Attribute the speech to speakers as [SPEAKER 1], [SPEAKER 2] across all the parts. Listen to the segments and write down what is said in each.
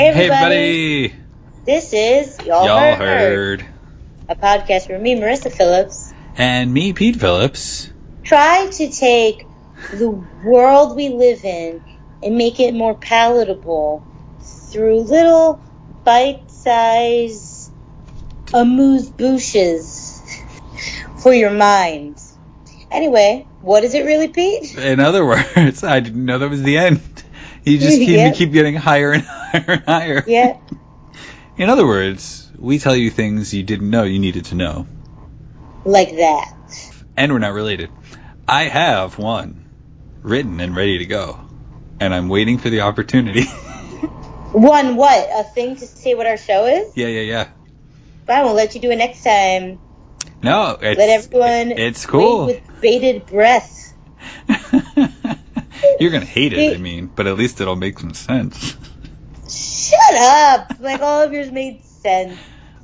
[SPEAKER 1] everybody.
[SPEAKER 2] This is Y'all,
[SPEAKER 1] Y'all
[SPEAKER 2] Heard,
[SPEAKER 1] heard.
[SPEAKER 2] a podcast where me, Marissa Phillips,
[SPEAKER 1] And me, Pete Phillips.
[SPEAKER 2] try to take the world we live in and make it more palatable through little bite-sized amuse bouches for your mind. Anyway, what is it really, Pete?
[SPEAKER 1] In other words, I didn't know that was the end. You just keep,
[SPEAKER 2] Yep.
[SPEAKER 1] keep getting higher and higher and higher.
[SPEAKER 2] Yeah,
[SPEAKER 1] In other words, we tell you things you didn't know you needed to know.
[SPEAKER 2] like that.
[SPEAKER 1] And we're not related. I have one written and ready to go. And I'm waiting for the opportunity.
[SPEAKER 2] One what? A thing to say what our show is?
[SPEAKER 1] yeah, yeah, yeah.
[SPEAKER 2] But I won't let you do it next time.
[SPEAKER 1] No, it's,
[SPEAKER 2] Let everyone
[SPEAKER 1] it's cool.
[SPEAKER 2] wait with bated breath.
[SPEAKER 1] You're going to hate it, I
[SPEAKER 2] Wait.
[SPEAKER 1] mean, but at least it'll make some sense.
[SPEAKER 2] Shut up! Like all of yours made sense.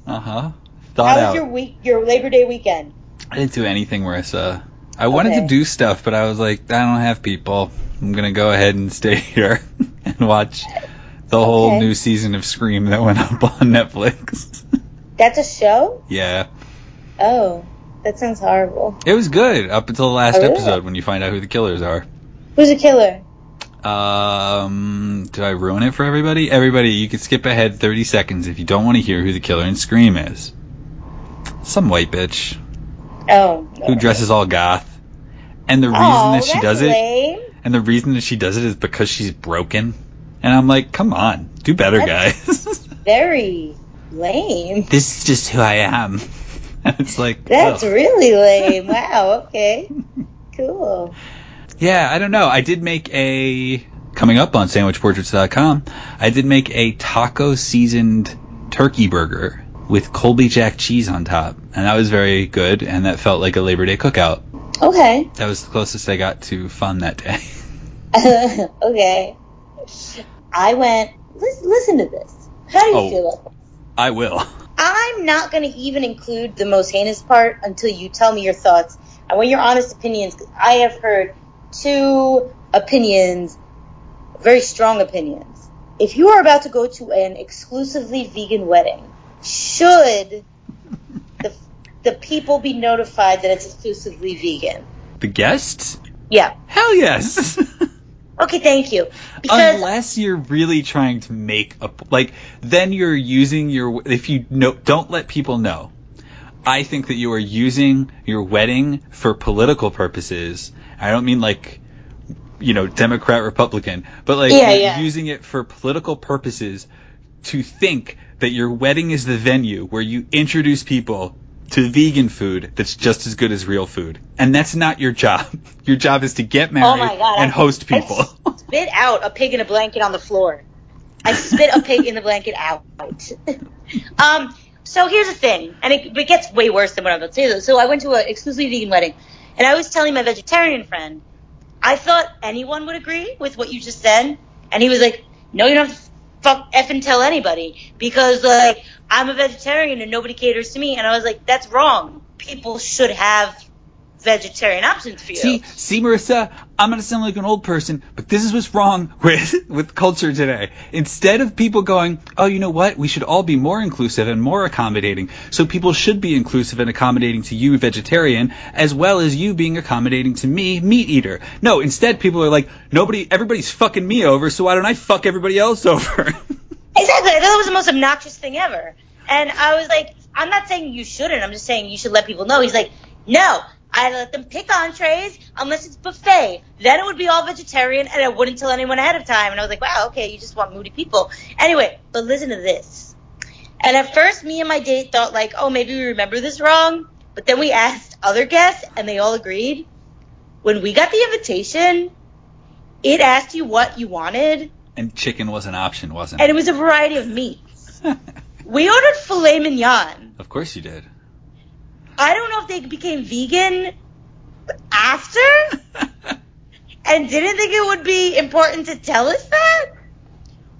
[SPEAKER 1] Uh huh.
[SPEAKER 2] How
[SPEAKER 1] Thought
[SPEAKER 2] was
[SPEAKER 1] out.
[SPEAKER 2] your week? Your Labor Day weekend?
[SPEAKER 1] I didn't do anything, Marissa. I wanted to
[SPEAKER 2] Okay.
[SPEAKER 1] do stuff, but I was like, I don't have people. I'm gonna go ahead and stay here and watch the whole
[SPEAKER 2] Okay.
[SPEAKER 1] new season of Scream that went up on Netflix.
[SPEAKER 2] That's a show?
[SPEAKER 1] yeah,
[SPEAKER 2] Oh, that sounds horrible.
[SPEAKER 1] it was good up until the last
[SPEAKER 2] Oh, really?
[SPEAKER 1] episode when you find out who the killers are.
[SPEAKER 2] Who's a killer?
[SPEAKER 1] Um, do I ruin it for everybody? Everybody, you can skip ahead 30 seconds if you don't want to hear who the killer in Scream is. Some white bitch
[SPEAKER 2] Oh,
[SPEAKER 1] who dresses all goth. And the reason
[SPEAKER 2] oh,
[SPEAKER 1] that she
[SPEAKER 2] that's
[SPEAKER 1] does it
[SPEAKER 2] lame.
[SPEAKER 1] And the reason that she does it is because she's broken. And I'm like, come on, do better,
[SPEAKER 2] That's-
[SPEAKER 1] guys.
[SPEAKER 2] Very lame.
[SPEAKER 1] this is just who I am. And it's like,
[SPEAKER 2] That's
[SPEAKER 1] ugh.
[SPEAKER 2] really lame. Wow. Okay. Cool.
[SPEAKER 1] yeah, I don't know. I did make a coming up on sandwichportraits.com. I did make a taco seasoned turkey burger with Colby Jack cheese on top, and that was very good. And that felt like a Labor Day cookout.
[SPEAKER 2] Okay.
[SPEAKER 1] That was the closest I got to fun that day.
[SPEAKER 2] okay. I went. Listen, listen to this. How do you
[SPEAKER 1] Oh.
[SPEAKER 2] feel about this?
[SPEAKER 1] I will.
[SPEAKER 2] I'm not going to even include the most heinous part until you tell me your thoughts. I want your honest opinions. 'cause I have heard two opinions, very strong opinions. If you are about to go to an exclusively vegan wedding, should the, the people be notified that it's exclusively vegan?
[SPEAKER 1] The guests?
[SPEAKER 2] Yeah.
[SPEAKER 1] Hell yes.
[SPEAKER 2] Okay, thank you. Because
[SPEAKER 1] Unless you're really trying to make a like, then you're using your. If you know, don't let people know. I think that you are using your wedding for political purposes. I don't mean like, you know, Democrat Republican, but like
[SPEAKER 2] Yeah,
[SPEAKER 1] you're
[SPEAKER 2] yeah.
[SPEAKER 1] using it for political purposes to think that your wedding is the venue where you introduce people to vegan food that's just as good as real food. And that's not your job. Your job is to get married
[SPEAKER 2] Oh my God,
[SPEAKER 1] and
[SPEAKER 2] I-
[SPEAKER 1] host
[SPEAKER 2] I
[SPEAKER 1] people.
[SPEAKER 2] spit out a pig in a blanket on the floor. I spit a pig in the blanket out. um, so here's the thing, and it, it gets way worse than what I'm about to say. Though. So I went to an exclusively vegan wedding, and I was telling my vegetarian friend, I thought anyone would agree with what you just said, and he was like, "No, you don't have to fuck effing tell anybody because like I'm a vegetarian and nobody caters to me." And I was like, "That's wrong. People should have vegetarian options for you."
[SPEAKER 1] See, see, Marissa, I'm gonna sound like an old person, but this is what's wrong with with culture today. Instead of people going, oh, you know what, we should all be more inclusive and more accommodating. So people should be inclusive and accommodating to you, vegetarian, as well as you being accommodating to me, meat eater. No, instead people are like, nobody, everybody's fucking me over, so why don't I fuck everybody else over?
[SPEAKER 2] Exactly. I thought that was the most obnoxious thing ever. And I was like, I'm not saying you shouldn't. I'm just saying you should let people know. He's like, no, I let them pick entrees unless it's buffet. Then it would be all vegetarian, and I wouldn't tell anyone ahead of time. And I was like, wow, okay, you just want moody people. Anyway, but listen to this. And at first, me and my date thought like, oh, maybe we remember this wrong. But then we asked other guests, and they all agreed. When we got the invitation, it asked you what you wanted,
[SPEAKER 1] and chicken was an option, wasn't
[SPEAKER 2] and it
[SPEAKER 1] it?
[SPEAKER 2] was a variety of meat. We ordered filet mignon.
[SPEAKER 1] of course you did.
[SPEAKER 2] I don't know if they became vegan after and didn't think it would be important to tell us that.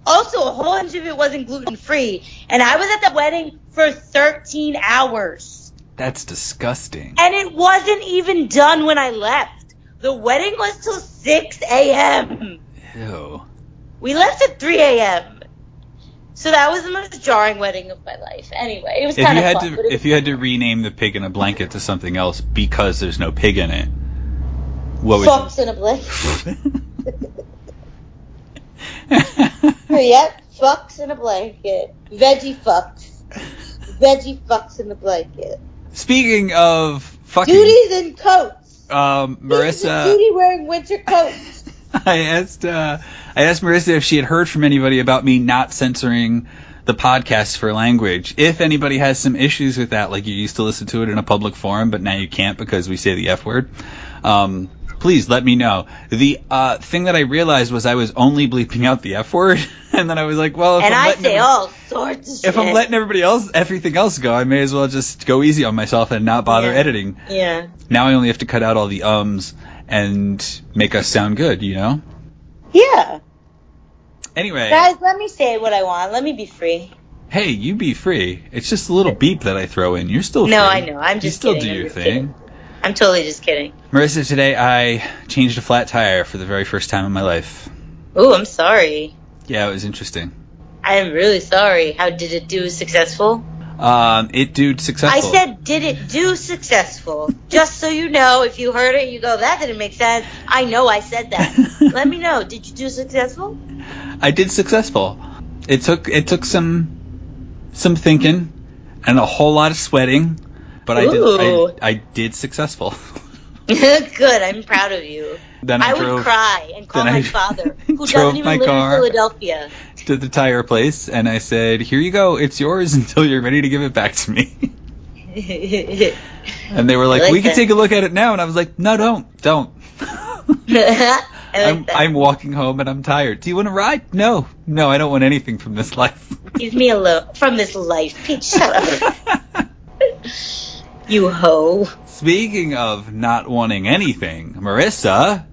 [SPEAKER 2] Also, a whole bunch of it wasn't gluten free, and I was at the wedding for 13 hours,
[SPEAKER 1] That's disgusting.
[SPEAKER 2] and it wasn't even done when I left. The wedding was till 6 a.m.
[SPEAKER 1] Ew.
[SPEAKER 2] We left at 3 a.m. So that was the most jarring wedding of my life. Anyway, it was
[SPEAKER 1] If
[SPEAKER 2] kind
[SPEAKER 1] you
[SPEAKER 2] of
[SPEAKER 1] had
[SPEAKER 2] fun.
[SPEAKER 1] to
[SPEAKER 2] but it-
[SPEAKER 1] if you had to rename the pig in a blanket to something else because there's no pig in it, what would
[SPEAKER 2] Fox in a blink.
[SPEAKER 1] you?
[SPEAKER 2] yep, fucks in a blanket. Veggie fucks. Veggie fucks in a blanket.
[SPEAKER 1] Speaking of fucking,
[SPEAKER 2] Duties and coats.
[SPEAKER 1] um, Marissa.
[SPEAKER 2] Judy wearing winter coats.
[SPEAKER 1] I asked uh, I asked Marissa if she had heard from anybody about me not censoring the podcast for language. If anybody has some issues with that, like you used to listen to it in a public forum, but now you can't because we say the F word. Um, please let me know. The uh, thing that I realized was I was only bleeping out the F word, and then I was like, well, if
[SPEAKER 2] and
[SPEAKER 1] I'm
[SPEAKER 2] I
[SPEAKER 1] letting
[SPEAKER 2] say
[SPEAKER 1] every-
[SPEAKER 2] all sorts of shit.
[SPEAKER 1] if I'm letting everybody else everything else go, I may as well just go easy on myself and not bother
[SPEAKER 2] Yeah.
[SPEAKER 1] editing.
[SPEAKER 2] Yeah.
[SPEAKER 1] Now I only have to cut out all the ums and make us sound good, you know?
[SPEAKER 2] Yeah.
[SPEAKER 1] Anyway.
[SPEAKER 2] Guys, let me say what I want. Let me be free.
[SPEAKER 1] Hey, you be free. It's just a little beep that I throw in. You're still
[SPEAKER 2] No,
[SPEAKER 1] free.
[SPEAKER 2] I know. I'm
[SPEAKER 1] you
[SPEAKER 2] just
[SPEAKER 1] still
[SPEAKER 2] kidding.
[SPEAKER 1] do
[SPEAKER 2] I'm
[SPEAKER 1] your
[SPEAKER 2] just
[SPEAKER 1] thing.
[SPEAKER 2] I'm totally just kidding.
[SPEAKER 1] Marissa, today I changed a flat tire for the very first time in my life.
[SPEAKER 2] Ooh, I'm sorry.
[SPEAKER 1] Yeah, it was interesting.
[SPEAKER 2] I'm really sorry. How did it do successful?
[SPEAKER 1] Um, it dude
[SPEAKER 2] I
[SPEAKER 1] successful.
[SPEAKER 2] said, did it do successful? Just so you know, if you heard it, you go, that didn't make sense. I know I said that. Let me know. Did you do successful?
[SPEAKER 1] I did successful. It took it took some some thinking and a whole lot of sweating, but I
[SPEAKER 2] Ooh.
[SPEAKER 1] did I, I did successful.
[SPEAKER 2] Good. I'm proud of you.
[SPEAKER 1] then I,
[SPEAKER 2] I
[SPEAKER 1] drove
[SPEAKER 2] would cry and call
[SPEAKER 1] then I
[SPEAKER 2] my father, who
[SPEAKER 1] drove
[SPEAKER 2] doesn't
[SPEAKER 1] my
[SPEAKER 2] even live
[SPEAKER 1] car.
[SPEAKER 2] in Philadelphia.
[SPEAKER 1] to the tire place and I said, "Here you go. It's yours until you're ready to give it back to me." And they were like,
[SPEAKER 2] I like
[SPEAKER 1] "We can
[SPEAKER 2] that.
[SPEAKER 1] take a look at it now." And I was like, "No, don't, don't."
[SPEAKER 2] I
[SPEAKER 1] I'm,
[SPEAKER 2] like that.
[SPEAKER 1] I'm walking home and I'm tired. Do you want to ride? No, no, I don't want anything from this life.
[SPEAKER 2] Leave me alone from this life. Pete, shut up. you hoe.
[SPEAKER 1] Speaking of not wanting anything, Marissa,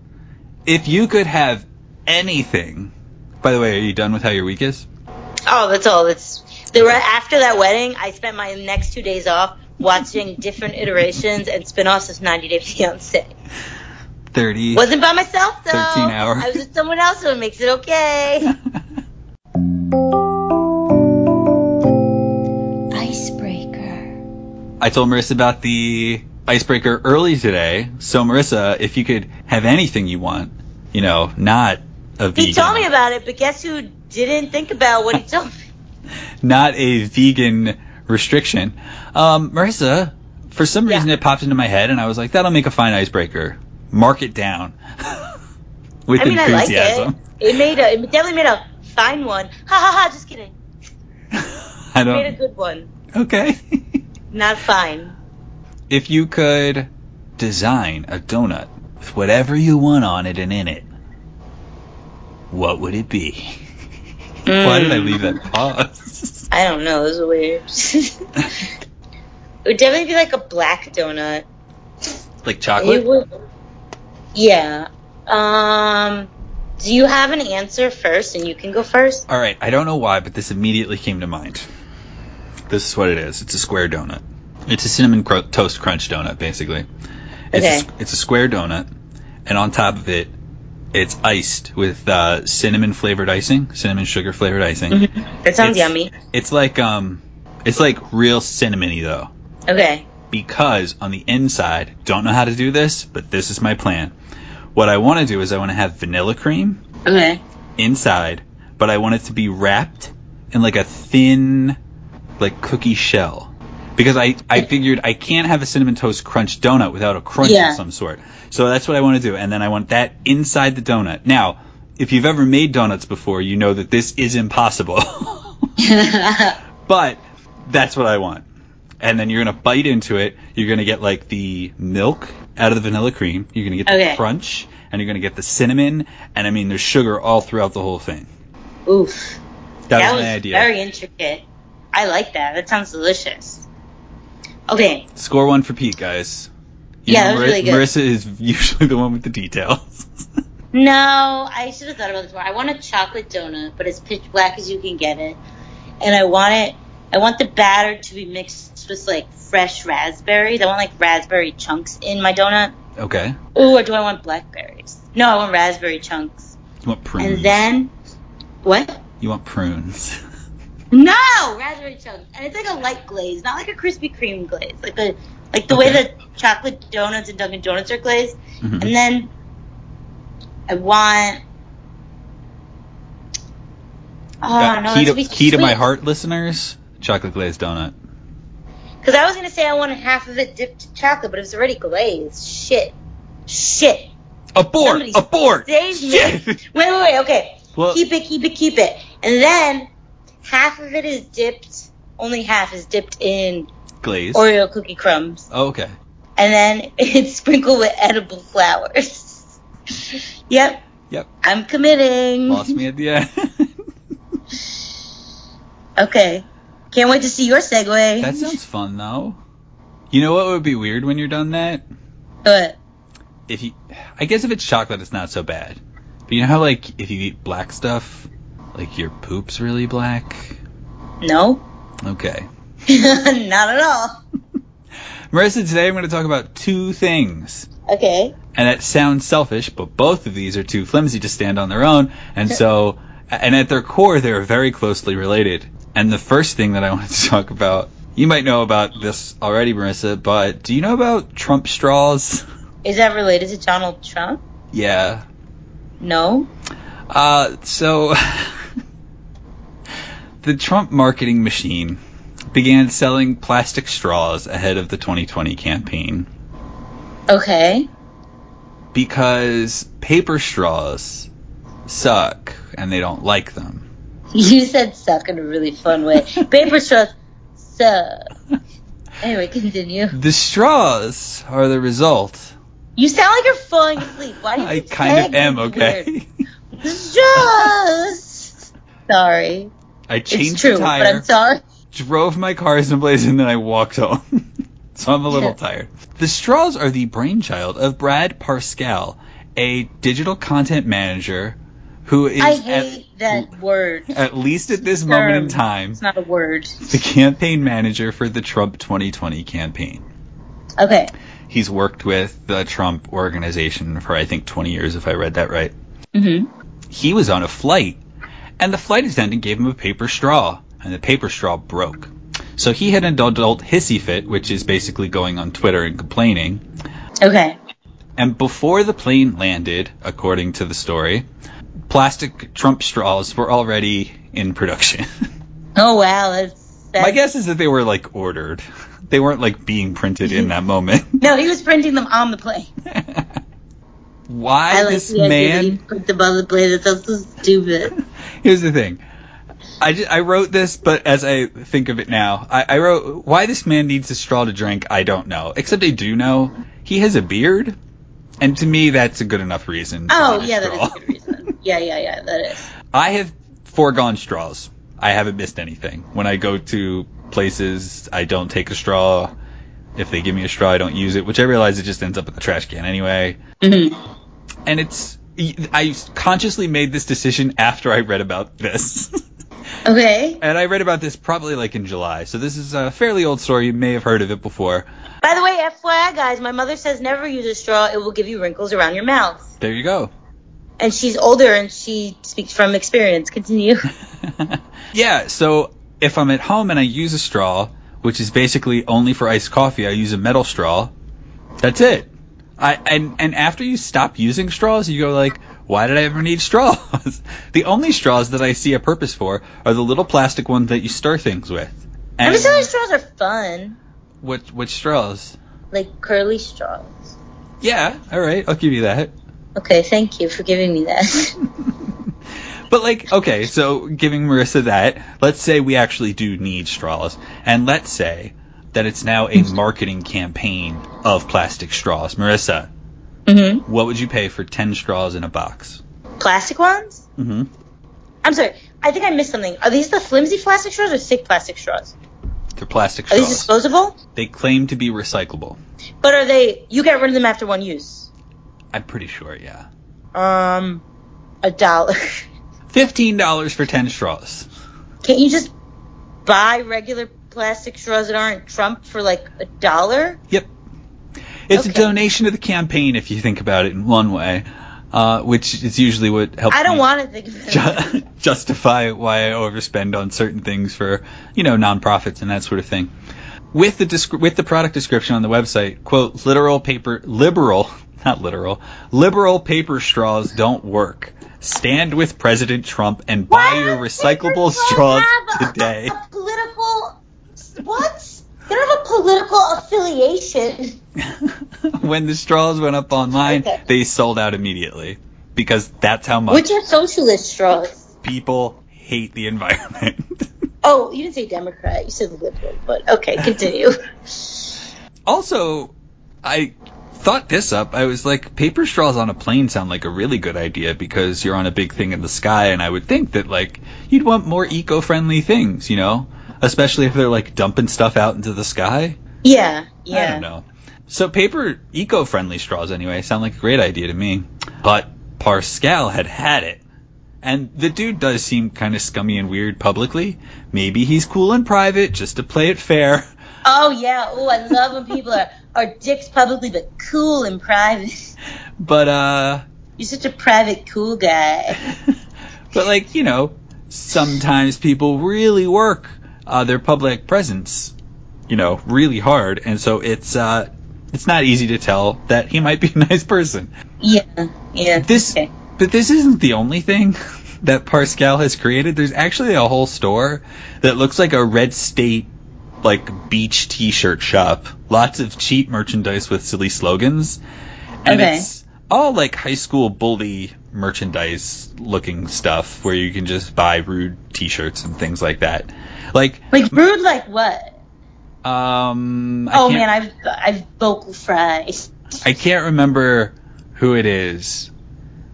[SPEAKER 1] if you could have anything. By the way, are you done with how your week is?
[SPEAKER 2] Oh, that's all. That's the re- after that wedding, I spent my next two days off watching different iterations and spin-offs of 90 Day Fiancé.
[SPEAKER 1] Thirty.
[SPEAKER 2] Wasn't by myself though.
[SPEAKER 1] 13 hours.
[SPEAKER 2] I was with someone else, so it makes it okay.
[SPEAKER 3] Icebreaker.
[SPEAKER 1] I told Marissa about the icebreaker early today. So Marissa, if you could have anything you want, you know, not a vegan.
[SPEAKER 2] He told me about it, but guess who didn't think about what he told me?
[SPEAKER 1] not a vegan restriction. Um, Marissa, for some
[SPEAKER 2] Yeah.
[SPEAKER 1] reason it popped into my head, and I was like, that'll make a fine icebreaker. Mark it down. With
[SPEAKER 2] I mean, I like it.
[SPEAKER 1] enthusiasm.
[SPEAKER 2] It made a, it definitely made a fine one. Ha ha ha! Just kidding.
[SPEAKER 1] I
[SPEAKER 2] It made a
[SPEAKER 1] don't.
[SPEAKER 2] good one.
[SPEAKER 1] Okay.
[SPEAKER 2] Not fine.
[SPEAKER 1] if you could design a donut with whatever you want on it and in it, what would it be? Why did I leave that
[SPEAKER 2] Mm.
[SPEAKER 1] pause?
[SPEAKER 2] I don't know. It was weird. it would definitely be like a black donut.
[SPEAKER 1] like chocolate?
[SPEAKER 2] It would. Yeah. Um. Do you have an answer first, and you can go first?
[SPEAKER 1] All right, I don't know why, but this immediately came to mind. This is what it is. It's a square donut. It's a cinnamon cro- toast crunch donut, basically. It's, a,
[SPEAKER 2] Okay.
[SPEAKER 1] s- it's a square donut, and on top of it, it's iced with uh, cinnamon flavored icing, cinnamon sugar flavored icing.
[SPEAKER 2] Mm-hmm. That
[SPEAKER 1] It's-
[SPEAKER 2] sounds yummy.
[SPEAKER 1] It's like um, it's like real cinnamony though,
[SPEAKER 2] Okay.
[SPEAKER 1] because on the inside, don't know how to do this, but this is my plan. What I want to do is I want to have vanilla cream
[SPEAKER 2] Okay.
[SPEAKER 1] inside, but I want it to be wrapped in like a thin, like cookie shell. Because I, I figured I can't have a cinnamon toast crunch donut without a crunch
[SPEAKER 2] Yeah.
[SPEAKER 1] of some sort. So that's what I want to do. And then I want that inside the donut. Now, if you've ever made donuts before, you know that this is impossible. but that's what I want. And then you're going to bite into it. You're going to get like the milk out of the vanilla cream. You're going to get the
[SPEAKER 2] Okay.
[SPEAKER 1] crunch and you're going to get the cinnamon. And I mean, there's sugar all throughout the whole thing.
[SPEAKER 2] Oof.
[SPEAKER 1] That,
[SPEAKER 2] That,
[SPEAKER 1] was
[SPEAKER 2] was
[SPEAKER 1] my idea.
[SPEAKER 2] very intricate. I like that. That sounds delicious. Okay.
[SPEAKER 1] Score one for Pete, guys. You
[SPEAKER 2] Yeah,
[SPEAKER 1] know,
[SPEAKER 2] that was really good.
[SPEAKER 1] Marissa is usually the one with the details.
[SPEAKER 2] No, I should have thought about this more. I want a chocolate donut, but as pitch black as you can get it, and I want it. I want the batter to be mixed with like fresh raspberries. I want like raspberry chunks in my donut.
[SPEAKER 1] okay.
[SPEAKER 2] Ooh, or do I want blackberries? No, I want raspberry chunks.
[SPEAKER 1] Mm. You want prunes.
[SPEAKER 2] And then what?
[SPEAKER 1] you want prunes.
[SPEAKER 2] No, raspberry chunks, and it's like a light glaze, not like a Krispy Kreme glaze, like a like the way
[SPEAKER 1] Okay.
[SPEAKER 2] the chocolate donuts and Dunkin' Donuts are glazed.
[SPEAKER 1] Mhm.
[SPEAKER 2] And then I want. Oh
[SPEAKER 1] Uh,
[SPEAKER 2] no,
[SPEAKER 1] key
[SPEAKER 2] that's
[SPEAKER 1] to,
[SPEAKER 2] be
[SPEAKER 1] key to my heart, listeners. Chocolate glazed donut.
[SPEAKER 2] Because I was gonna say I wanted half of it dipped in chocolate, but it was already glazed. Shit, shit.
[SPEAKER 1] Abort!
[SPEAKER 2] Somebody
[SPEAKER 1] abort!
[SPEAKER 2] saved me.
[SPEAKER 1] Shit!
[SPEAKER 2] Wait, wait, wait. Okay,
[SPEAKER 1] Well-
[SPEAKER 2] keep it, keep it, keep it. And then half of it is dipped. Only half is dipped in
[SPEAKER 1] Glaze.
[SPEAKER 2] Oreo cookie crumbs.
[SPEAKER 1] oh, okay.
[SPEAKER 2] and then it's sprinkled with edible flowers. yep,
[SPEAKER 1] Yep.
[SPEAKER 2] I'm committing.
[SPEAKER 1] Lost me at the end.
[SPEAKER 2] Okay, can't wait to see your segue.
[SPEAKER 1] that sounds fun though. You know what would be weird when you're done that?
[SPEAKER 2] But
[SPEAKER 1] If you, I guess if it's chocolate, it's not so bad. But you know how like if you eat black stuff, like your poop's really black.
[SPEAKER 2] no,
[SPEAKER 1] Okay.
[SPEAKER 2] not at all.
[SPEAKER 1] Marissa, today I'm going to talk about two things.
[SPEAKER 2] Okay,
[SPEAKER 1] And that sounds selfish, but both of these are too flimsy to stand on their own. And so, and at their core, they're very closely related. And the first thing that I wanted to talk about, you might know about this already, Marissa, but do you know about Trump straws?
[SPEAKER 2] is that related to Donald Trump?
[SPEAKER 1] Yeah.
[SPEAKER 2] No.
[SPEAKER 1] Uh, so, the Trump marketing machine began selling plastic straws ahead of the 2020 campaign.
[SPEAKER 2] Okay.
[SPEAKER 1] because paper straws suck and they don't like them.
[SPEAKER 2] You said suck in a really fun way. Paper straws suck. Anyway, continue.
[SPEAKER 1] The straws are the result.
[SPEAKER 2] You sound like you're falling asleep. Why do you
[SPEAKER 1] I
[SPEAKER 2] keep
[SPEAKER 1] kind of
[SPEAKER 2] saying
[SPEAKER 1] am,
[SPEAKER 2] these words?
[SPEAKER 1] okay?
[SPEAKER 2] Just sorry.
[SPEAKER 1] I changed
[SPEAKER 2] it's true,
[SPEAKER 1] the
[SPEAKER 2] but I'm
[SPEAKER 1] tire,
[SPEAKER 2] sorry.
[SPEAKER 1] drove my cars in a blaze, and then I walked home. so I'm a little tired. The straws are the brainchild of Brad Parscale, a digital content manager who is
[SPEAKER 2] I hate
[SPEAKER 1] at,
[SPEAKER 2] that word.
[SPEAKER 1] at least at this moment in
[SPEAKER 2] Term.
[SPEAKER 1] time
[SPEAKER 2] It's not a word.
[SPEAKER 1] the campaign manager for the Trump 2020 campaign.
[SPEAKER 2] Okay.
[SPEAKER 1] he's worked with the Trump organization for I think 20 years if I read that right.
[SPEAKER 2] Mm-hmm.
[SPEAKER 1] He was on a flight and the flight attendant gave him a paper straw and the paper straw broke. So he had an adult hissy fit, which is basically going on Twitter and complaining.
[SPEAKER 2] Okay.
[SPEAKER 1] And before the plane landed, according to the story, plastic Trump straws were already in production.
[SPEAKER 2] Oh wow, that's, that's
[SPEAKER 1] My guess is that they were like ordered. They weren't like being printed in that moment.
[SPEAKER 2] No, he was printing them on the plane.
[SPEAKER 1] Why
[SPEAKER 2] I like
[SPEAKER 1] this
[SPEAKER 2] the idea that
[SPEAKER 1] man
[SPEAKER 2] he print them on the plane. That sounds so stupid.
[SPEAKER 1] Here's the thing. I, ju- I wrote this, but as I think of it now, I, I wrote, why this man needs a straw to drink, I don't know. Except I do know he has a beard, and to me, that's a good enough reason. to
[SPEAKER 2] Oh
[SPEAKER 1] need
[SPEAKER 2] yeah, that is
[SPEAKER 1] straw.
[SPEAKER 2] a good reason. Yeah, yeah, yeah, that is.
[SPEAKER 1] I have foregone straws. I haven't missed anything. When I go to places, I don't take a straw. If they give me a straw, I don't use it, which I realize it just ends up in the trash can anyway.
[SPEAKER 2] Mhm.
[SPEAKER 1] And it's, I consciously made this decision after I read about this.
[SPEAKER 2] Okay.
[SPEAKER 1] And I read about this probably like in July, so this is a fairly old story. You may have heard of it before.
[SPEAKER 2] By the way, FYI, guys, my mother says never use a straw. It will give you wrinkles around your mouth.
[SPEAKER 1] There you go.
[SPEAKER 2] And she's older, and she speaks from experience. Continue.
[SPEAKER 1] yeah, so if I'm at home and I use a straw, which is basically only for iced coffee, I use a metal straw. That's it. I and and after you stop using straws, you go like, why did I ever need straws? the only straws that I see a purpose for are the little plastic ones that you stir things with.
[SPEAKER 2] I'm
[SPEAKER 1] And
[SPEAKER 2] just telling you, straws are fun,
[SPEAKER 1] which which straws?
[SPEAKER 2] like curly straws.
[SPEAKER 1] Yeah, all right, I'll give you that.
[SPEAKER 2] Okay, thank you for giving me that.
[SPEAKER 1] But like, okay, so giving Marissa that, let's say we actually do need straws, and let's say that it's now a marketing campaign of plastic straws. Marissa,
[SPEAKER 2] hmm
[SPEAKER 1] what would you pay for ten straws in a box?
[SPEAKER 2] Plastic ones?
[SPEAKER 1] Mm-hmm.
[SPEAKER 2] I'm sorry. I think I missed something. Are these the flimsy plastic straws or thick plastic straws?
[SPEAKER 1] They're plastic
[SPEAKER 2] Are these
[SPEAKER 1] straws.
[SPEAKER 2] disposable?
[SPEAKER 1] They claim to be recyclable.
[SPEAKER 2] But are they? You get rid of them after one use.
[SPEAKER 1] I'm pretty sure, yeah.
[SPEAKER 2] Um, a dollar.
[SPEAKER 1] Fifteen dollars for ten straws.
[SPEAKER 2] Can't you just buy regular plastic straws that aren't Trump for like a dollar?
[SPEAKER 1] Yep. It's a
[SPEAKER 2] Okay.
[SPEAKER 1] donation to the campaign if you think about it in one way. uh, which is usually what helps.
[SPEAKER 2] I don't
[SPEAKER 1] me
[SPEAKER 2] want to think of it.
[SPEAKER 1] Mm. ju- justify why I overspend on certain things for you know nonprofits and that sort of thing. With the descri- with the product description on the website, quote literal paper liberal not literal liberal paper straws don't work. Stand with President Trump and buy
[SPEAKER 2] Why
[SPEAKER 1] your
[SPEAKER 2] don't
[SPEAKER 1] recyclable
[SPEAKER 2] Paper Girls
[SPEAKER 1] straws
[SPEAKER 2] have a-
[SPEAKER 1] today.
[SPEAKER 2] A, political what? They don't have a political affiliation.
[SPEAKER 1] when the straws went up online,
[SPEAKER 2] Okay.
[SPEAKER 1] they sold out immediately because that's how much
[SPEAKER 2] Which are socialist straws?
[SPEAKER 1] people hate the environment.
[SPEAKER 2] Oh, you didn't say Democrat. You said liberal. But okay, continue.
[SPEAKER 1] also, I thought this up. I was like, paper straws on a plane sound like a really good idea because you're on a big thing in the sky, and I would think that like you'd want more eco-friendly things, you know, especially if they're like dumping stuff out into the sky.
[SPEAKER 2] yeah, yeah.
[SPEAKER 1] I don't know. So paper eco-friendly straws anyway sound like a great idea to me. But Pascal had had it. And the dude does seem kind of scummy and weird publicly. Maybe he's cool in private just to play it fair.
[SPEAKER 2] Oh yeah. Oh, I love when people are are dicks publicly but cool in private.
[SPEAKER 1] But uh
[SPEAKER 2] You're such a private cool guy.
[SPEAKER 1] but like, you know, sometimes people really work uh, their public presence, you know, really hard and so it's uh it's not easy to tell that he might be a nice person.
[SPEAKER 2] Yeah, yeah.
[SPEAKER 1] This-
[SPEAKER 2] okay.
[SPEAKER 1] But this isn't the only thing that Parscale has created. There's actually a whole store that looks like a red state like beach t-shirt shop. Lots of cheap merchandise with silly slogans. And
[SPEAKER 2] Okay.
[SPEAKER 1] it's all like high school bully merchandise looking stuff where you can just buy rude t-shirts and things like that. Like
[SPEAKER 2] Like rude, like what?
[SPEAKER 1] um I
[SPEAKER 2] oh
[SPEAKER 1] can't-
[SPEAKER 2] man, I've I've vocal fries.
[SPEAKER 1] I can't remember who it is,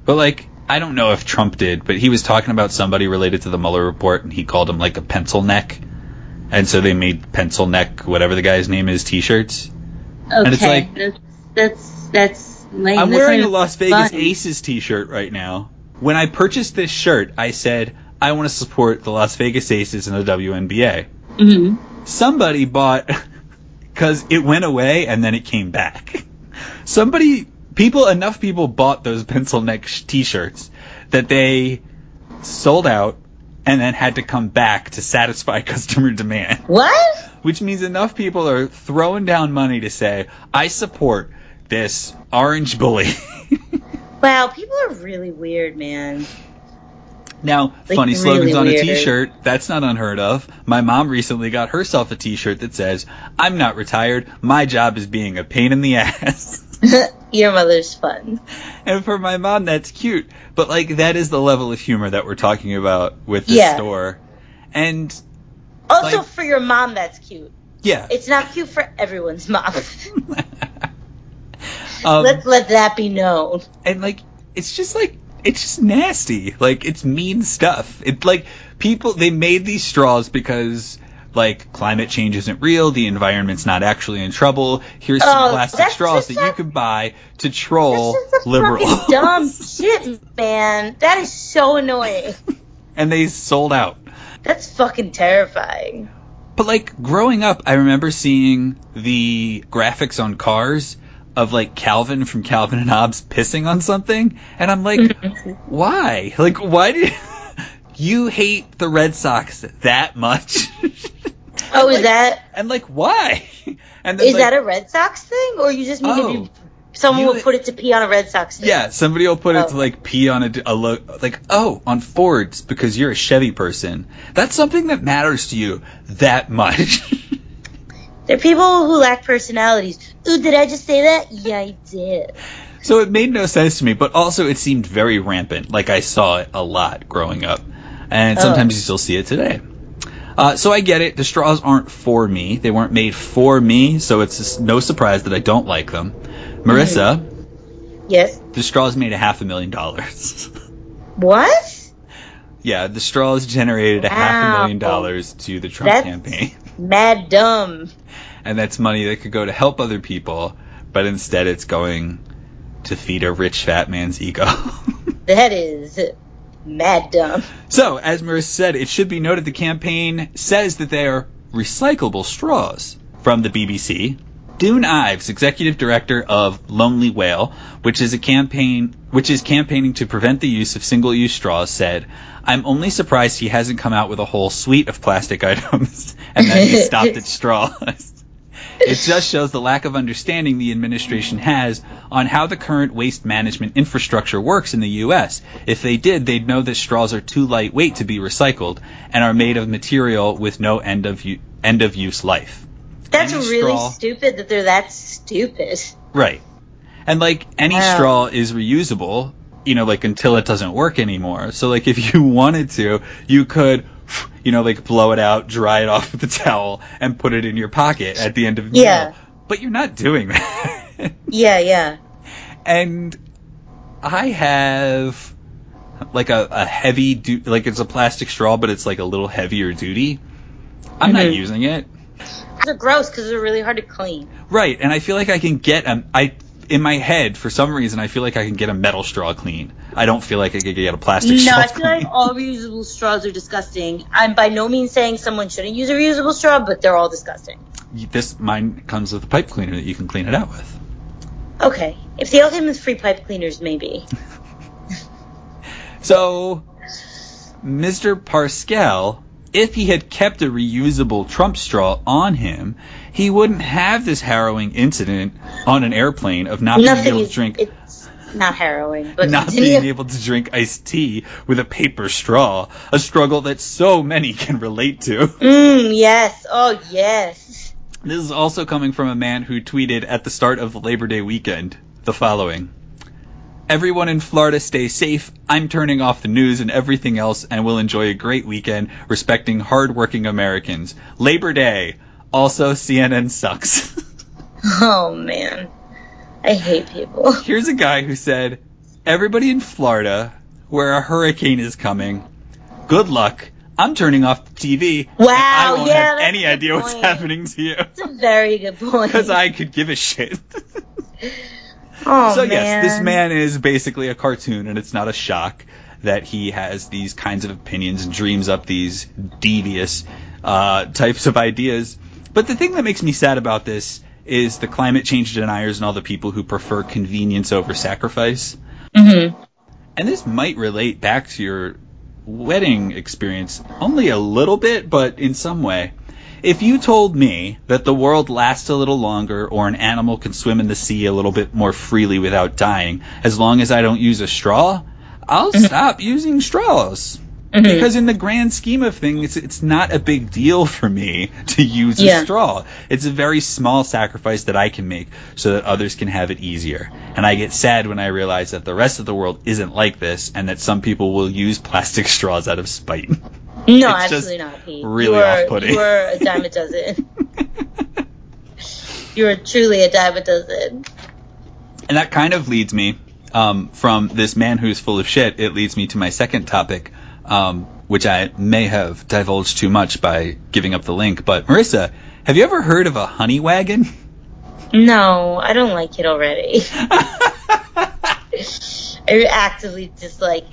[SPEAKER 1] but like I don't know if Trump did, but he was talking about somebody related to the Mueller report, and he called him like a pencil neck, and so they made pencil neck whatever the guy's name is t-shirts.
[SPEAKER 2] Okay,
[SPEAKER 1] it's like-
[SPEAKER 2] that's that's that's. Lame.
[SPEAKER 1] I'm
[SPEAKER 2] That's
[SPEAKER 1] wearing a
[SPEAKER 2] not even
[SPEAKER 1] Las Vegas
[SPEAKER 2] funny.
[SPEAKER 1] Aces t-shirt right now. When I purchased this shirt, I said I want to support the Las Vegas Aces and the WNBA.
[SPEAKER 2] Mhm.
[SPEAKER 1] somebody bought because it went away and then it came back. Somebody, people, enough people bought those pencil neck sh- t-shirts that they sold out and then had to come back to satisfy customer demand.
[SPEAKER 2] What?
[SPEAKER 1] Which means enough people are throwing down money to say, I support this orange bully.
[SPEAKER 2] Wow, people are really weird, man.
[SPEAKER 1] Now,
[SPEAKER 2] Like,
[SPEAKER 1] funny slogans
[SPEAKER 2] really
[SPEAKER 1] on a
[SPEAKER 2] weird.
[SPEAKER 1] t-shirt, that's not unheard of. My mom recently got herself a t-shirt that says, "I'm not retired. My job is being a pain in the ass."
[SPEAKER 2] Your mother's fun.
[SPEAKER 1] and for my mom, that's cute, but like that is the level of humor that we're talking about with this
[SPEAKER 2] Yeah.
[SPEAKER 1] store. And
[SPEAKER 2] Also,
[SPEAKER 1] Like-
[SPEAKER 2] for your mom, that's cute.
[SPEAKER 1] yeah.
[SPEAKER 2] It's not cute for everyone's mom.
[SPEAKER 1] um,
[SPEAKER 2] Let's let that be known.
[SPEAKER 1] and like it's just like it's just nasty like it's mean stuff it like people they made these straws because like climate change isn't real the environment's not actually in trouble here's some
[SPEAKER 2] Oh,
[SPEAKER 1] plastic
[SPEAKER 2] that's
[SPEAKER 1] straws that
[SPEAKER 2] just
[SPEAKER 1] you
[SPEAKER 2] a-
[SPEAKER 1] could buy to troll
[SPEAKER 2] This is a
[SPEAKER 1] liberals
[SPEAKER 2] fucking dumb shit, man. That is so annoying.
[SPEAKER 1] and they sold out
[SPEAKER 2] That's fucking terrifying.
[SPEAKER 1] But like growing up, I remember seeing the graphics on cars of like Calvin from Calvin and Hobbes pissing on something, and I'm like, why? Like, why do you hate the Red Sox that much?
[SPEAKER 2] Oh, is that
[SPEAKER 1] and like, why? And
[SPEAKER 2] is
[SPEAKER 1] like,
[SPEAKER 2] that a Red Sox thing, or you just mean if
[SPEAKER 1] oh
[SPEAKER 2] you, someone
[SPEAKER 1] you
[SPEAKER 2] will
[SPEAKER 1] would-
[SPEAKER 2] put it to pee on a Red Sox? Thing?
[SPEAKER 1] yeah? Somebody will put it to
[SPEAKER 2] Oh.
[SPEAKER 1] like pee on a, a lo- like oh on Fords because you're a Chevy person. That's something that matters to you that much.
[SPEAKER 2] They're people who lack personalities. Ooh, did I just say that? Yeah, I did.
[SPEAKER 1] So it made no sense to me, but also it seemed very rampant. Like I saw it a lot growing up, and
[SPEAKER 2] Oh.
[SPEAKER 1] sometimes you still see it today. Uh, so I get it. The straws aren't for me. They weren't made for me, so it's just no surprise that I don't like them. Marissa,
[SPEAKER 2] Yes.
[SPEAKER 1] the straws made a half a million dollars.
[SPEAKER 2] What?
[SPEAKER 1] yeah, the straws generated a half a million
[SPEAKER 2] Wow.
[SPEAKER 1] dollars to the Trump
[SPEAKER 2] That's-
[SPEAKER 1] campaign,
[SPEAKER 2] Mad dumb.
[SPEAKER 1] and that's money that could go to help other people, but instead it's going to feed a rich fat man's ego.
[SPEAKER 2] That is mad dumb.
[SPEAKER 1] So, as Marissa said, it should be noted the campaign says that they are recyclable straws from the BBC. Dune Ives, executive director of Lonely Whale, which is a campaign which is campaigning to prevent the use of single-use straws, said, "I'm only surprised he hasn't come out with a whole suite of plastic items and that he stopped at straws." It just shows the lack of understanding the administration has on how the current waste management infrastructure works in the U.S. If they did, they'd know that straws are too lightweight to be recycled and are made of material with no end of u- end of use life.
[SPEAKER 2] That's
[SPEAKER 1] Any
[SPEAKER 2] really
[SPEAKER 1] straw.
[SPEAKER 2] stupid that they're that stupid.
[SPEAKER 1] Right. And like any
[SPEAKER 2] Wow.
[SPEAKER 1] straw is reusable, you know, like until it doesn't work anymore. So like if you wanted to, you could you know, like blow it out, dry it off with a towel, and put it in your pocket at the end of the
[SPEAKER 2] Yeah.
[SPEAKER 1] meal. But you're not doing that.
[SPEAKER 2] Yeah, yeah.
[SPEAKER 1] and I have like a, a heavy du- like it's a plastic straw, but it's like a little heavier duty. I'm not
[SPEAKER 2] Mhm.
[SPEAKER 1] using it.
[SPEAKER 2] They're gross because they're really hard to clean.
[SPEAKER 1] Right, and I feel like I can get a I in my head for some reason I feel like I can get a metal straw clean. I don't feel like I could get a plastic
[SPEAKER 2] no,
[SPEAKER 1] straw
[SPEAKER 2] I feel
[SPEAKER 1] clean.
[SPEAKER 2] like all reusable straws are disgusting. I'm by no means saying someone shouldn't use a reusable straw, but they're all disgusting.
[SPEAKER 1] this mine comes with a pipe cleaner that you can clean it out with.
[SPEAKER 2] Okay. If they all came with free pipe cleaners, maybe.
[SPEAKER 1] So, Mr. Parscale, if he had kept a reusable Trump straw on him, he wouldn't have this harrowing incident on an airplane of not being
[SPEAKER 2] Nothing
[SPEAKER 1] able to
[SPEAKER 2] is
[SPEAKER 1] drink
[SPEAKER 2] It's not harrowing, but
[SPEAKER 1] not
[SPEAKER 2] continue.
[SPEAKER 1] being able to drink iced tea with a paper straw, a struggle that so many can relate to.
[SPEAKER 2] Mm, yes. Oh, yes.
[SPEAKER 1] This is also coming from a man who tweeted at the start of Labor Day weekend the following Everyone in Florida stay safe. I'm turning off the news and everything else and will enjoy a great weekend respecting hardworking Americans. Labor Day. Also, CNN sucks.
[SPEAKER 2] Oh man, I hate people.
[SPEAKER 1] Here's a guy who said Everybody in Florida, where a hurricane is coming, good luck. I'm turning off the TV. and I
[SPEAKER 2] Wow,
[SPEAKER 1] won't
[SPEAKER 2] yeah,
[SPEAKER 1] have
[SPEAKER 2] that's
[SPEAKER 1] any
[SPEAKER 2] a good
[SPEAKER 1] idea what's
[SPEAKER 2] point.
[SPEAKER 1] happening to you.
[SPEAKER 2] That's a very good point.
[SPEAKER 1] Because I could give a shit.
[SPEAKER 2] oh,
[SPEAKER 1] so
[SPEAKER 2] man.
[SPEAKER 1] yes, this man is basically a cartoon, and it's not a shock that he has these kinds of opinions and dreams up these devious uh, types of ideas. But the thing that makes me sad about this is the climate change deniers and all the people who prefer convenience over sacrifice.
[SPEAKER 2] Mhm.
[SPEAKER 1] And this might relate back to your wedding experience only a little bit, but in some way. If you told me that the world lasts a little longer or an animal can swim in the sea a little bit more freely without dying, as long as I don't use a straw, I'll stop using straws. Because in the grand scheme of things, it's not a big deal for me to use
[SPEAKER 2] Yeah.
[SPEAKER 1] a straw. It's a very small sacrifice that I can make so that others can have it easier. And I get sad when I realize that the rest of the world isn't like this and that some people will use plastic straws out of spite.
[SPEAKER 2] No,
[SPEAKER 1] It's just
[SPEAKER 2] absolutely not, Pete.
[SPEAKER 1] really
[SPEAKER 2] you are,
[SPEAKER 1] off-putting.
[SPEAKER 2] You are a dime a dozen. you are truly a dime a dozen.
[SPEAKER 1] And that kind of leads me um, from this man who's full of shit. It leads me to my second topic, um, which I may have divulged too much by giving up the link. But Marissa, have you ever heard of a honey wagon?
[SPEAKER 2] No, I don't like it already. I actively dislike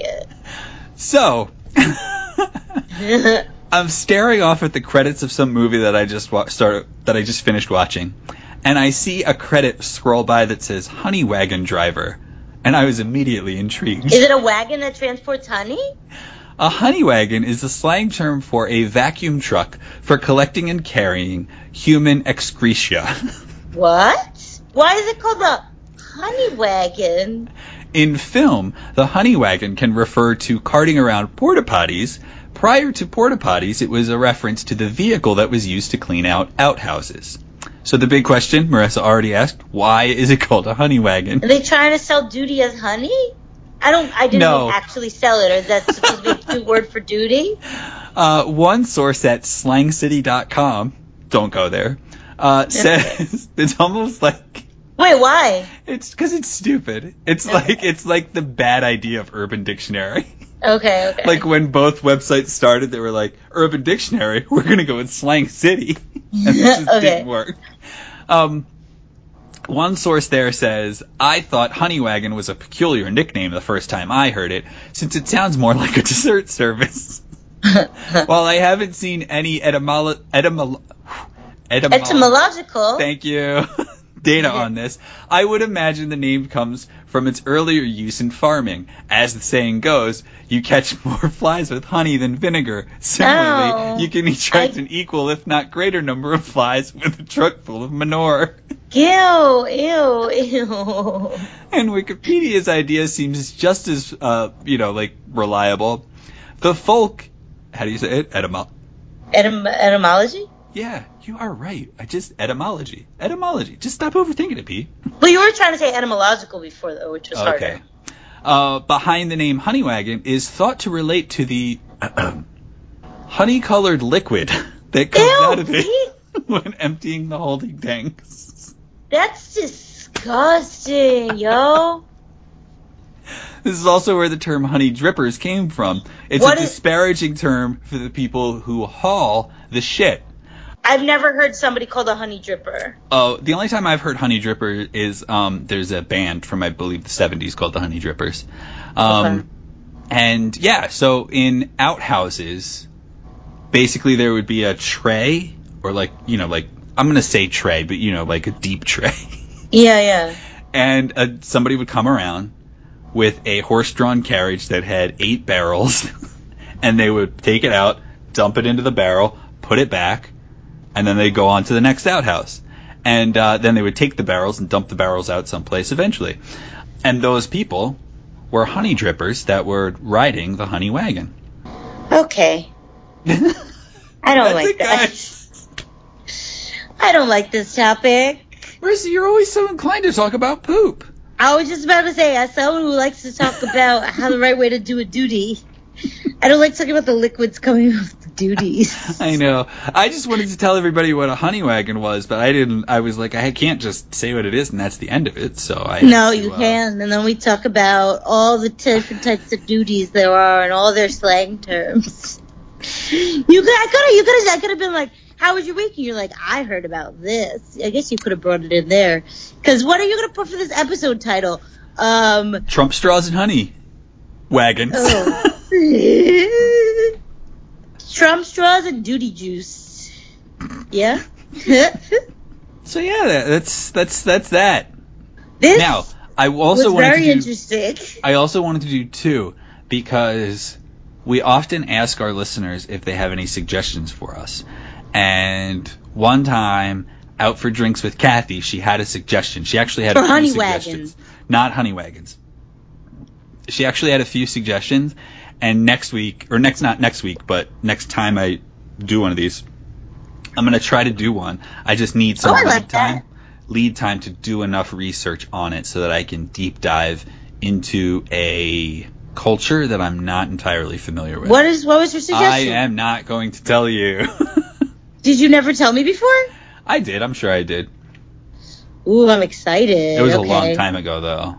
[SPEAKER 1] So.
[SPEAKER 2] it.
[SPEAKER 1] I'm staring off at the credits of some movie that I just wa- start that I just finished watching, and I see a credit scroll by that says Honey Wagon Driver, and I was immediately intrigued.
[SPEAKER 2] Is it a wagon that transports honey?
[SPEAKER 1] A honey wagon is the slang term for a vacuum truck for collecting and carrying human excretia.
[SPEAKER 2] What? Why is it called the honey wagon?
[SPEAKER 1] In film, the honey wagon can refer to carting around porta potties. Prior to porta potties, it was a reference to the vehicle that was used to clean out outhouses. So the big question Marissa already asked, why is it called a honey wagon?
[SPEAKER 2] Are they trying to sell duty as honey? I don't. I didn't
[SPEAKER 1] No.
[SPEAKER 2] actually sell it. Or is that supposed to be a new word for duty?
[SPEAKER 1] Uh, one source at slangcity.com, don't go there, uh, says it's almost like
[SPEAKER 2] Wait, why?
[SPEAKER 1] It's because it's stupid. It's
[SPEAKER 2] Okay.
[SPEAKER 1] like it's like the bad idea of Urban Dictionary.
[SPEAKER 2] Okay, okay.
[SPEAKER 1] like when both websites started, they were like Urban Dictionary. We're gonna go with Slang City, and this just
[SPEAKER 2] Okay.
[SPEAKER 1] didn't work. Um, one source there says I thought Honey Wagon was a peculiar nickname the first time I heard it, since it sounds more like a dessert service. While I haven't seen any etymolo- etymolo- etymolo-
[SPEAKER 2] etymological.
[SPEAKER 1] Thank you. data on this, I would imagine the name comes from its earlier use in farming. As the saying goes, you catch more flies with honey than vinegar. Similarly,
[SPEAKER 2] No.
[SPEAKER 1] you can attract
[SPEAKER 2] I-
[SPEAKER 1] an equal, if not greater, number of flies with a truck full of manure.
[SPEAKER 2] Ew, ew, ew.
[SPEAKER 1] And Wikipedia's idea seems just as, uh, you know, like reliable. The folk, how do you say it? Etymol.
[SPEAKER 2] Etym- etymology?
[SPEAKER 1] Yeah, you are right. I just etymology, etymology. Just stop overthinking it, Pete.
[SPEAKER 2] Well, you were trying to say etymological before, though, which was harder.
[SPEAKER 1] Uh, behind the name Honeywagon is thought to relate to the honey-colored liquid that comes
[SPEAKER 2] Ew,
[SPEAKER 1] out of it
[SPEAKER 2] Pete.
[SPEAKER 1] when emptying the holding tanks.
[SPEAKER 2] That's disgusting, yo.
[SPEAKER 1] This is also where the term honey drippers came from. It's
[SPEAKER 2] What
[SPEAKER 1] a
[SPEAKER 2] is-
[SPEAKER 1] disparaging term for the people who haul the shit.
[SPEAKER 2] I've never heard somebody called a honey dripper.
[SPEAKER 1] Oh, the only time I've heard honey dripper is um, there's a band from I believe the 70s called the Honey Drippers. Um,
[SPEAKER 2] Okay.
[SPEAKER 1] And yeah, so in outhouses, basically there would be a tray or like, you know, like I'm going to say tray, but you know, like a deep tray.
[SPEAKER 2] Yeah, yeah.
[SPEAKER 1] And uh, somebody would come around with a horse-drawn carriage that had eight barrels and they would take it out, dump it into the barrel, put it back, and then they'd go on to the next outhouse. And uh, then they would take the barrels and dump the barrels out someplace eventually. And those people were honey drippers that were riding the honey wagon.
[SPEAKER 2] Okay. I don't
[SPEAKER 1] That's
[SPEAKER 2] like
[SPEAKER 1] it,
[SPEAKER 2] that.
[SPEAKER 1] guys.
[SPEAKER 2] I don't like this topic.
[SPEAKER 1] Marissa, you're always so inclined to talk about poop.
[SPEAKER 2] I was just about to say, as someone who likes to talk about how the right way to do a duty, I don't like talking about the liquids coming off the duties.
[SPEAKER 1] I know. I just wanted to tell everybody what a honey wagon was, but I didn't. I was like, I can't just say what it is, and that's the end of it. So I
[SPEAKER 2] No,
[SPEAKER 1] had to,
[SPEAKER 2] you
[SPEAKER 1] uh,
[SPEAKER 2] can. And then we talk about all the different types of duties there are and all their slang terms. You could, I could have, you could have, I could have been like, "How was your week?" And you're like, "I heard about this." I guess you could have brought it in there. Because what are you gonna put for this episode title? Um,
[SPEAKER 1] Trump straws and honey wagons.
[SPEAKER 2] oh. Trump straws and duty juice. Yeah. this
[SPEAKER 1] so yeah, that, that's that's that's that. Now, I also
[SPEAKER 2] was
[SPEAKER 1] wanted
[SPEAKER 2] very
[SPEAKER 1] to do,
[SPEAKER 2] interesting.
[SPEAKER 1] I also wanted to do two because we often ask our listeners if they have any suggestions for us. And one time, out for drinks with Kathy, she had a suggestion. She actually had
[SPEAKER 2] For
[SPEAKER 1] a few
[SPEAKER 2] honey
[SPEAKER 1] suggestions, not honey wagons. She actually had a few suggestions, and next week, or next not next week, but next time I do one of these, I'm gonna try to do one. I just need some
[SPEAKER 2] Oh, I
[SPEAKER 1] lead
[SPEAKER 2] like that.
[SPEAKER 1] time lead time to do enough research on it so that I can deep dive into a culture that I'm not entirely familiar with.
[SPEAKER 2] What is what was your
[SPEAKER 1] I
[SPEAKER 2] suggestion?
[SPEAKER 1] am not going to tell you.
[SPEAKER 2] Did you never tell me before?
[SPEAKER 1] I did. I'm sure I did.
[SPEAKER 2] Ooh, I'm excited.
[SPEAKER 1] It was
[SPEAKER 2] Okay.
[SPEAKER 1] a long time ago, though.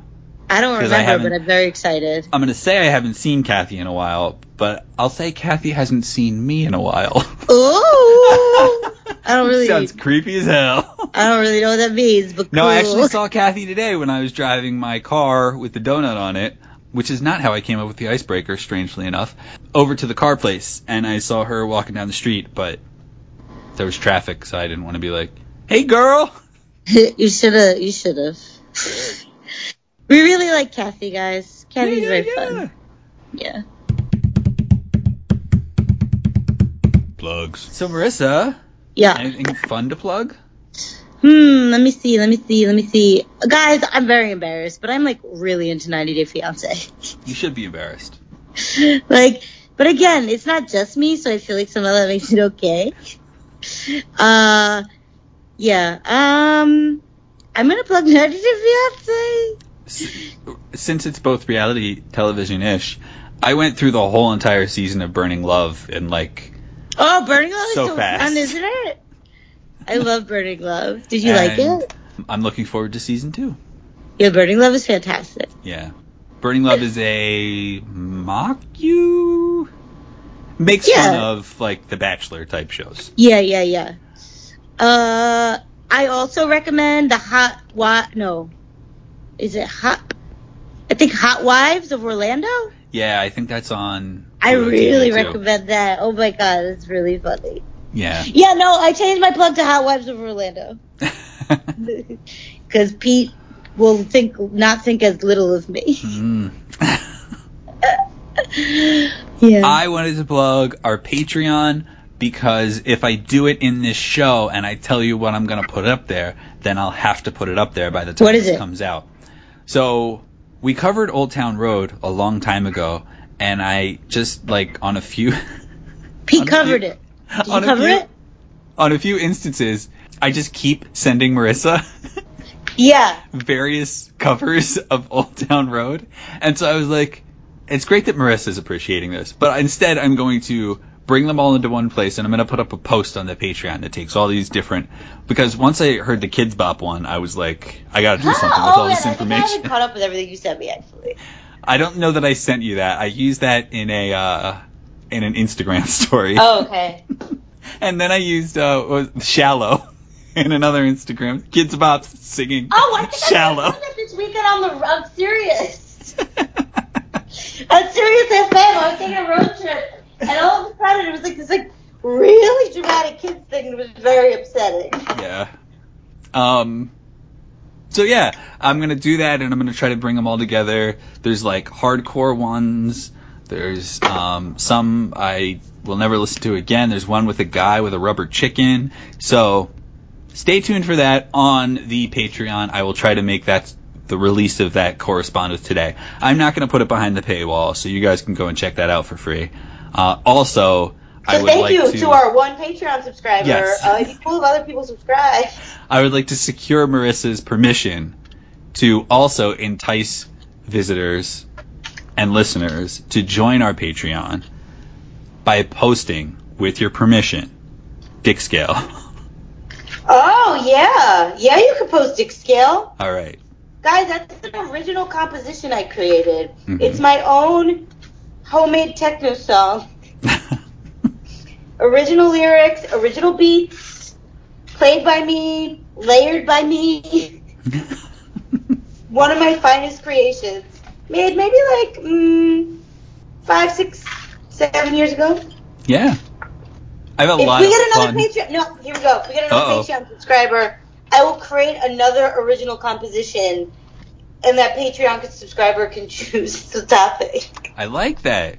[SPEAKER 2] I don't
[SPEAKER 1] 'Cause I
[SPEAKER 2] remember, but
[SPEAKER 1] haven't-
[SPEAKER 2] I'm very excited.
[SPEAKER 1] I'm going to say I haven't seen Kathy in a while, but I'll say Kathy hasn't seen me in a while.
[SPEAKER 2] Oh, I don't really-
[SPEAKER 1] Sounds creepy as hell.
[SPEAKER 2] I don't really know what that means, but
[SPEAKER 1] No, I actually
[SPEAKER 2] cool.
[SPEAKER 1] saw Kathy today when I was driving my car with the donut on it, which is not how I came up with the icebreaker, strangely enough, over to the car place, and I saw her walking down the street, but there was traffic, so I didn't want to be like, "Hey, girl."
[SPEAKER 2] you should have. You should have. we really like Kathy, guys. Kathy's
[SPEAKER 1] Yeah,
[SPEAKER 2] very
[SPEAKER 1] yeah, yeah.
[SPEAKER 2] fun. Yeah.
[SPEAKER 1] Plugs. So, Marissa,
[SPEAKER 2] Yeah.
[SPEAKER 1] anything fun to plug?
[SPEAKER 2] Hmm. Let me see. Let me see. Let me see. Guys, I'm very embarrassed, but I'm like really into 90 Day Fiance.
[SPEAKER 1] You should be embarrassed.
[SPEAKER 2] like, but again, it's not just me, so I feel like somehow that makes it okay. Uh, yeah. Um, I'm gonna plug Nerdy to Fiance.
[SPEAKER 1] S- Since it's both reality television-ish, I went through the whole entire season of Burning Love and like
[SPEAKER 2] Oh, Burning Love is
[SPEAKER 1] So
[SPEAKER 2] so,
[SPEAKER 1] fast.
[SPEAKER 2] fun, isn't it? I love Burning Love. Did you like
[SPEAKER 1] and
[SPEAKER 2] it?
[SPEAKER 1] I'm looking forward to season 2.
[SPEAKER 2] Yeah, Burning Love is fantastic.
[SPEAKER 1] Yeah. Burning Love is a mock you makes fun
[SPEAKER 2] Yeah.
[SPEAKER 1] of like the Bachelor type shows.
[SPEAKER 2] Yeah, yeah, yeah. Uh, I also recommend the Hot What? No, is it Hot? I think Hot Wives of Orlando.
[SPEAKER 1] Yeah, I think that's on.
[SPEAKER 2] I
[SPEAKER 1] Pluto TV,
[SPEAKER 2] really
[SPEAKER 1] too.
[SPEAKER 2] recommend that. Oh my god, it's really funny.
[SPEAKER 1] Yeah.
[SPEAKER 2] Yeah, no, I changed my plug to Hot Wives of Orlando. because Pete will think not think as little of me.
[SPEAKER 1] Mm.
[SPEAKER 2] yeah.
[SPEAKER 1] I wanted to plug our Patreon because if I do it in this show and I tell you what I'm going to put up there, then I'll have to put it up there by the time
[SPEAKER 2] What is
[SPEAKER 1] this
[SPEAKER 2] it?
[SPEAKER 1] comes out. So we covered Old Town Road a long time ago, and I just like on a few
[SPEAKER 2] Pete
[SPEAKER 1] on a
[SPEAKER 2] covered
[SPEAKER 1] few-
[SPEAKER 2] it. Did you
[SPEAKER 1] on a
[SPEAKER 2] cover
[SPEAKER 1] few-
[SPEAKER 2] it?
[SPEAKER 1] on a few instances, I just keep sending Marissa
[SPEAKER 2] Yeah.
[SPEAKER 1] various covers of Old Town Road. And so I was like, it's great that Marissa's appreciating this, but instead I'm going to bring them all into one place and I'm going to put up a post on the Patreon that takes all these different, because once I heard the Kids Bop one, I was like, I got to do something with
[SPEAKER 2] oh,
[SPEAKER 1] all this
[SPEAKER 2] man, I, think I
[SPEAKER 1] information.
[SPEAKER 2] haven't caught up with everything you sent me actually.
[SPEAKER 1] I don't know that I sent you that. I used that in a, uh, in an Instagram story.
[SPEAKER 2] Oh, okay.
[SPEAKER 1] And then I used, uh, what was- Shallow in another Instagram. Kids Bop singing
[SPEAKER 2] Oh, I think I
[SPEAKER 1] Shallow.
[SPEAKER 2] posted that this weekend on the. I'm serious. I'm serious FM. I was taking a road trip, and all of a sudden it was like this like really dramatic kids thing. It was very upsetting.
[SPEAKER 1] yeah. Um. So yeah, I'm gonna do that, and I'm gonna try to bring them all together. There's like hardcore ones. There's um, some I will never listen to again. There's one with a guy with a rubber chicken. So stay tuned for that on the Patreon. I will try to make that the release of that correspondence today. I'm not going to put it behind the paywall, so you guys can go and check that out for free. Uh, also, I
[SPEAKER 2] So
[SPEAKER 1] would
[SPEAKER 2] thank
[SPEAKER 1] like
[SPEAKER 2] you to...
[SPEAKER 1] to,
[SPEAKER 2] our one Patreon subscriber.
[SPEAKER 1] Yes.
[SPEAKER 2] Uh, it'd be cool if other people subscribe.
[SPEAKER 1] I would like to secure Marissa's permission to also entice visitors and listeners to join our Patreon by posting, with your permission, Dick Scale.
[SPEAKER 2] Oh yeah, yeah. You could post Dick Scale,
[SPEAKER 1] All right.
[SPEAKER 2] guys. That's an original composition I created.
[SPEAKER 1] Mhm.
[SPEAKER 2] It's my own homemade techno song. original lyrics, original beats, played by me, layered by me.
[SPEAKER 1] Mm-hmm.
[SPEAKER 2] One of my finest creations, made maybe like mm, five, six, seven years ago.
[SPEAKER 1] yeah. I have a
[SPEAKER 2] If
[SPEAKER 1] lot
[SPEAKER 2] we
[SPEAKER 1] of
[SPEAKER 2] get
[SPEAKER 1] fun.
[SPEAKER 2] another Patreon, no, here we go. If we get another
[SPEAKER 1] Uh-oh.
[SPEAKER 2] Patreon subscriber, I will create another original composition, and that Patreon subscriber can choose the topic.
[SPEAKER 1] I like that.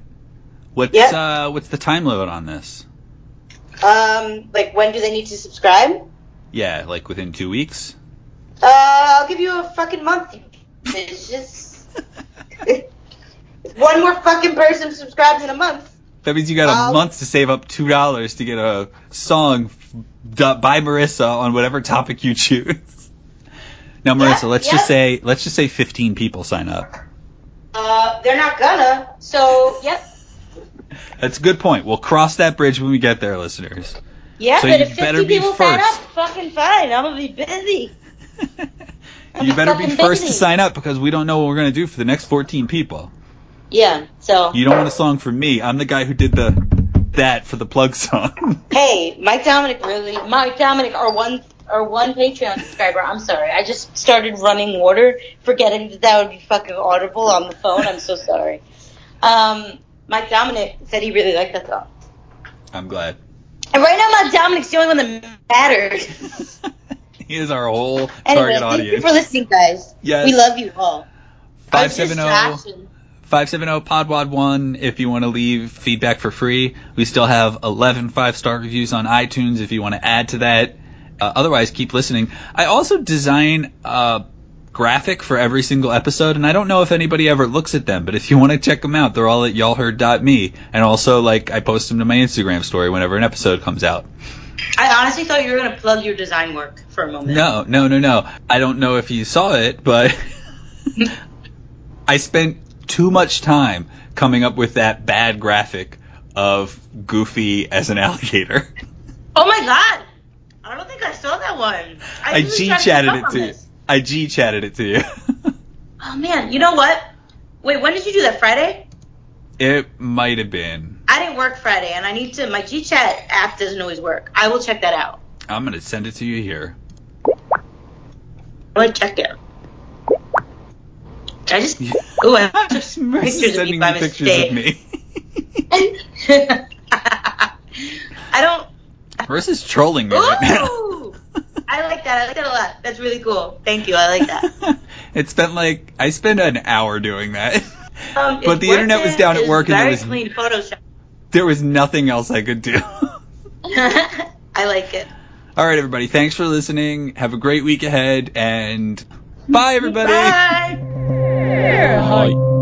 [SPEAKER 1] What's
[SPEAKER 2] Yep.
[SPEAKER 1] uh, what's the time limit on this?
[SPEAKER 2] Um, like when do they need to subscribe?
[SPEAKER 1] Yeah, like within two weeks.
[SPEAKER 2] Uh, I'll give you a fucking month. It's just one more fucking person subscribes in a month.
[SPEAKER 1] That means you got a
[SPEAKER 2] Um,
[SPEAKER 1] month to save up two dollars to get a song f- d- by Marissa on whatever topic you choose. Now, Marissa,
[SPEAKER 2] Yeah,
[SPEAKER 1] let's
[SPEAKER 2] yeah.
[SPEAKER 1] just say let's just say fifteen people sign up.
[SPEAKER 2] Uh, they're not gonna. So, yep.
[SPEAKER 1] That's a good point. We'll cross that bridge when we get there, listeners.
[SPEAKER 2] Yeah,
[SPEAKER 1] So
[SPEAKER 2] but
[SPEAKER 1] you
[SPEAKER 2] if
[SPEAKER 1] better
[SPEAKER 2] 50
[SPEAKER 1] be
[SPEAKER 2] people sign up,
[SPEAKER 1] first.
[SPEAKER 2] fucking fine. I'm gonna be busy.
[SPEAKER 1] you better be
[SPEAKER 2] fucking
[SPEAKER 1] first to
[SPEAKER 2] busy.
[SPEAKER 1] sign up because we don't know what we're gonna do for the next fourteen people.
[SPEAKER 2] Yeah, so.
[SPEAKER 1] You don't want a song from me. I'm the guy who did the that for the plug song.
[SPEAKER 2] Hey, Mike Dominic really. Mike Dominic, our one, our one Patreon subscriber. I'm sorry. I just started running water, forgetting that that would be fucking audible on the phone. I'm so sorry. Um, Mike Dominic said he really liked that song.
[SPEAKER 1] I'm glad.
[SPEAKER 2] And right now, Mike Dominic's the only one that matters.
[SPEAKER 1] he is our whole
[SPEAKER 2] Anyway,
[SPEAKER 1] target
[SPEAKER 2] thank you
[SPEAKER 1] audience.
[SPEAKER 2] for listening, guys.
[SPEAKER 1] Yes.
[SPEAKER 2] We love you all. I
[SPEAKER 1] Five
[SPEAKER 2] was
[SPEAKER 1] seven oh. zero.
[SPEAKER 2] distraction.
[SPEAKER 1] 570-PODWAD1 if you want to leave feedback for free. We still have 11 five-star reviews on iTunes if you want to add to that. Uh, otherwise, keep listening. I also design a graphic for every single episode, and I don't know if anybody ever looks at them, but if you want to check them out, they're all at y'allheard.me. And also, like, I post them to my Instagram story whenever an episode comes out.
[SPEAKER 2] I honestly thought you were gonna plug your design work for a moment.
[SPEAKER 1] No, no, no, no. I don't know if you saw it, but I spent too much time coming up with that bad graphic of Goofy as an alligator.
[SPEAKER 2] Oh my god! I don't think I saw that one. I,
[SPEAKER 1] I
[SPEAKER 2] really
[SPEAKER 1] G
[SPEAKER 2] tried to
[SPEAKER 1] chatted it
[SPEAKER 2] pick up on
[SPEAKER 1] to you.
[SPEAKER 2] this.
[SPEAKER 1] I G chatted it to you.
[SPEAKER 2] Oh man, you know what? Wait, when did you do that? Friday?
[SPEAKER 1] it might have been.
[SPEAKER 2] I didn't work Friday, and I need to. My G Chat app doesn't always work. I will check that out.
[SPEAKER 1] I'm gonna send it to you here.
[SPEAKER 2] I'm gonna check it. I just. Ooh, I just
[SPEAKER 1] Marissa's
[SPEAKER 2] pictures of
[SPEAKER 1] sending
[SPEAKER 2] me by
[SPEAKER 1] me pictures
[SPEAKER 2] mistake.
[SPEAKER 1] of me.
[SPEAKER 2] I don't.
[SPEAKER 1] Marissa's trolling me right now.
[SPEAKER 2] Ooh! I like that. I like that a lot. That's really cool. Thank you. I like that.
[SPEAKER 1] it's been like I spent an hour doing that.
[SPEAKER 2] Um, it's
[SPEAKER 1] But the
[SPEAKER 2] worth
[SPEAKER 1] internet was down at
[SPEAKER 2] It's
[SPEAKER 1] work and there
[SPEAKER 2] very
[SPEAKER 1] was-
[SPEAKER 2] clean Photoshop.
[SPEAKER 1] there was nothing else I could do.
[SPEAKER 2] I like it.
[SPEAKER 1] All right, everybody. Thanks for listening. Have a great week ahead, and bye, everybody.
[SPEAKER 2] Bye.
[SPEAKER 4] Hi.